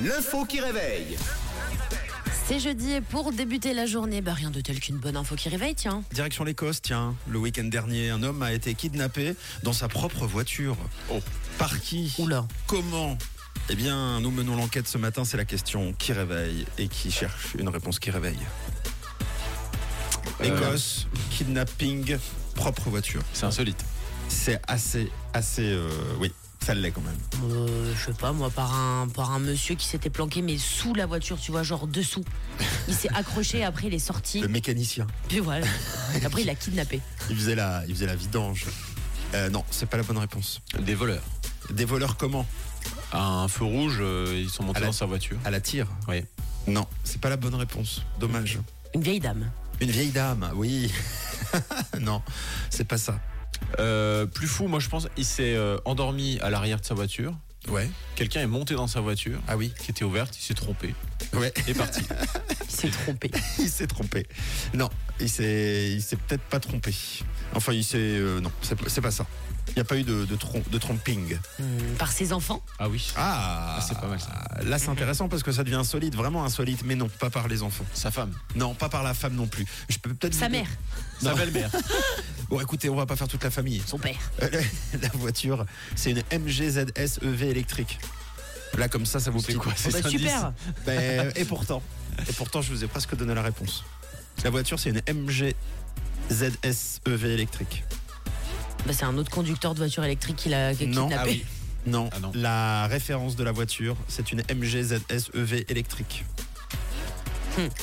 L'info qui réveille. C'est jeudi et pour débuter la journée, bah rien de tel qu'une bonne info qui réveille, tiens. Direction l'Écosse, tiens. Le week-end dernier, un homme a été kidnappé dans sa propre voiture. Oh. Par qui Oula. Comment Eh bien, nous menons l'enquête ce matin. C'est la question qui réveille et qui cherche une réponse qui réveille. Écosse, kidnapping, propre voiture. C'est insolite. C'est assez, assez. euh, oui, ça l'est quand même. Euh, je sais pas, moi, par un, par un monsieur qui s'était planqué, mais sous la voiture, tu vois, genre dessous. Il s'est accroché, après il est sorti. Le mécanicien. Puis voilà. Après il a kidnappé. Il faisait la, il faisait la vidange. Euh, non, c'est pas la bonne réponse. Des voleurs. Des voleurs comment À un feu rouge, euh, ils sont montés À la- dans sa voiture. À la tire Oui. Non, c'est pas la bonne réponse. Dommage. Une vieille dame. Une vieille dame, oui. non, c'est pas ça. Euh, plus fou, moi je pense, il s'est euh, endormi à l'arrière de sa voiture. Ouais. Quelqu'un est monté dans sa voiture, Ah oui. qui était ouverte, il s'est trompé. Ouais. Et parti. Il s'est trompé. il s'est trompé. Non, il s'est, il s'est peut-être pas trompé. Enfin, il s'est, euh, non, c'est, pas- c'est pas ça. Il n'y a pas eu de, de, trom- de tromping. Hum, par ses enfants. ah oui. Ah, c'est pas mal, ça. Là, c'est intéressant parce que ça devient insolite, vraiment insolite. Mais non, pas par les enfants. Sa femme. Non, pas par la femme non plus. Je peux peut-être. Sa vous- mère. Sa Non. belle-mère. Bon, écoutez, on va pas faire toute la famille. Son père. Euh, la- la voiture, c'est une MGZS EV E électrique. Là, comme ça, ça vous C'est pique. quoi, Oh, ces bah, indices super. Ben, et pourtant, et pourtant, je vous ai presque donné la réponse. La voiture, c'est une MG ZSEV E électrique. Bah, c'est un autre conducteur de voiture électrique qui l'a qui a Non. kidnappé. Ah oui. Non, Ah non. la référence de la voiture, c'est une MG ZSEV E électrique.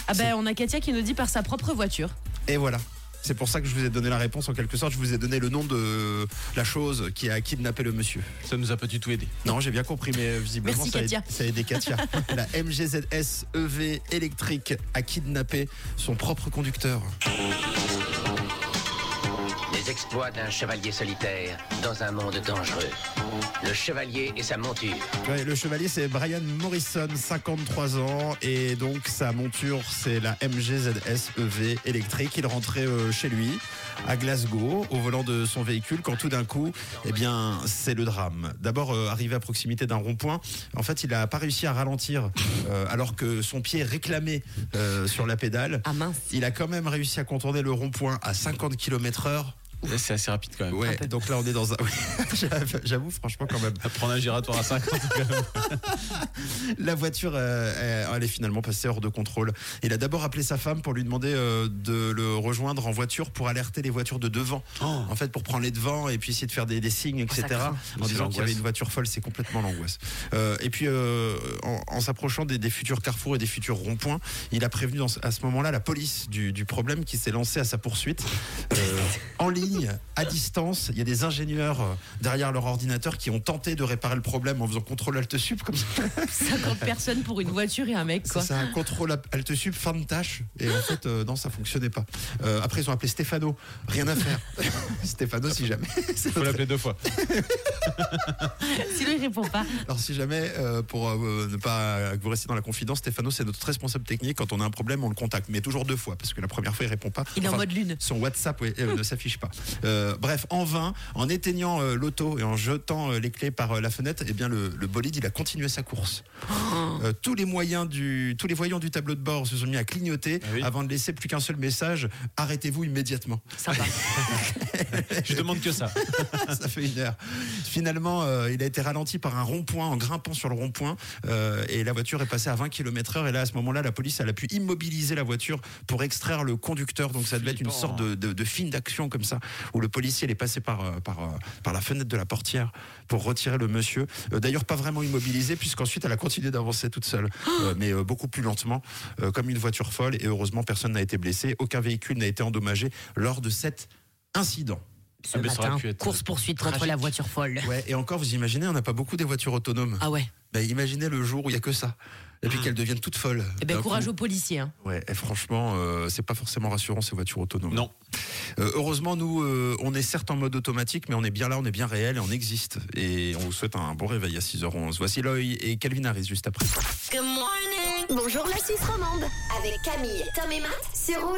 Ah bah, on a Katia qui nous dit par sa propre voiture. Et voilà. C'est pour ça que je vous ai donné la réponse en quelque sorte. Je vous ai donné le nom de la chose qui a kidnappé le monsieur. Ça nous a pas du tout aidé. Non, j'ai bien compris, mais euh, visiblement, Merci, ça, a, Katia. ça a aidé Katia. la MGZS EV E électrique a kidnappé son propre conducteur. Les exploits d'un chevalier solitaire dans un monde dangereux. Le chevalier et sa monture. Ouais, le chevalier, c'est Brian Morrison, 53 ans. Et donc, sa monture, c'est la MGZS EV E électrique. Il rentrait euh, chez lui, à Glasgow, au volant de son véhicule, quand tout d'un coup, eh bien, c'est le drame. D'abord, euh, arrivé à proximité d'un rond-point, en fait, il n'a pas réussi à ralentir, euh, alors que son pied réclamait euh, sur la pédale. Ah mince. Il a quand même réussi à contourner le rond-point à 50 km heure. Là, C'est assez rapide quand même. Ouais, peu. donc là, on est dans un. J'avoue, franchement, quand même. Prendre un giratoire à 50. La voiture, euh, euh, elle est finalement passée hors de contrôle. Il a d'abord appelé sa femme pour lui demander euh, de le rejoindre en voiture pour alerter les voitures de devant. Oh. En fait, pour prendre les devants et puis essayer de faire des, des signes, etc. Oh, craint. en C'est disant qu'il y avait l'angoisse. une voiture folle, c'est complètement l'angoisse. Euh, et puis, euh, en, en s'approchant des, des futurs carrefours et des futurs ronds-points, il a prévenu dans ce- à ce moment-là la police du, du problème qui s'est lancée à sa poursuite. Euh, en ligne, à distance, il y a des ingénieurs euh, derrière leur ordinateur qui ont tenté de réparer le problème en faisant contrôle alt sup comme ça. 50 personnes pour une voiture et un mec, quoi. C'est ça, contrôle alt sub, fin de tâche. Et en fait, euh, non, ça fonctionnait pas. Euh, après, ils ont appelé Stéphano. Rien à faire. Stéphano, si jamais. C'est Faut notre- l'appeler deux fois. Sinon, il répond pas. Alors, si jamais, euh, pour euh, ne pas que vous restiez dans la confidence, Stéphano, c'est notre responsable technique. Quand on a un problème, on le contacte. Mais toujours deux fois, parce que la première fois, il répond pas. Il est en Enfin, mode lune. Son WhatsApp ouais, euh, ne s'affiche pas. Euh, bref, en vain, en éteignant euh, l'auto et en jetant euh, les clés par euh, la fenêtre, eh bien le, le bolide il a continué sa course. Ah, Oh. Euh, tous les moyens du, tous les voyants du tableau de bord se sont mis à clignoter Ah oui. avant de laisser plus qu'un seul message arrêtez-vous immédiatement. Sympa. Je demande que ça. Ça fait une heure. Finalement, euh, il a été ralenti par un rond-point en grimpant sur le rond-point euh, et la voiture est passée à 20 km/h. Et là, à ce moment-là, la police elle a pu immobiliser la voiture pour extraire le conducteur. Donc ça devait être une Flippant, sorte de, de, de film d'action comme ça où le policier il est passé par euh, par euh, par la fenêtre de la portière pour retirer le monsieur. Euh, D'ailleurs, pas vraiment immobilisé puisqu'ensuite elle a continué d'avancer toute seule, euh, mais euh, beaucoup plus lentement, euh, comme une voiture folle. Et heureusement, personne n'a été blessé, aucun véhicule n'a été endommagé lors de cet incident. Ce Ah, mais ça aurait matin, pu être course-poursuite contre tragique. la voiture folle. Ouais, et encore, vous imaginez, on n'a pas beaucoup des voitures autonomes. Ah ouais. Bah, imaginez le jour où il n'y a que ça. Et puis qu'elles deviennent toutes folles. Eh ben, D'un courage coup. aux policiers. hein. Ouais, et franchement, euh, c'est pas forcément rassurant ces voitures autonomes. Non. Euh, heureusement, nous, euh, on est certes en mode automatique, mais on est bien là, on est bien réel et on existe. Et on vous souhaite un bon réveil à 6h11. Voici Loï et Calvin Harris juste après. Bonjour la Suisse romande avec Camille, Tom et Matt sur Rouge.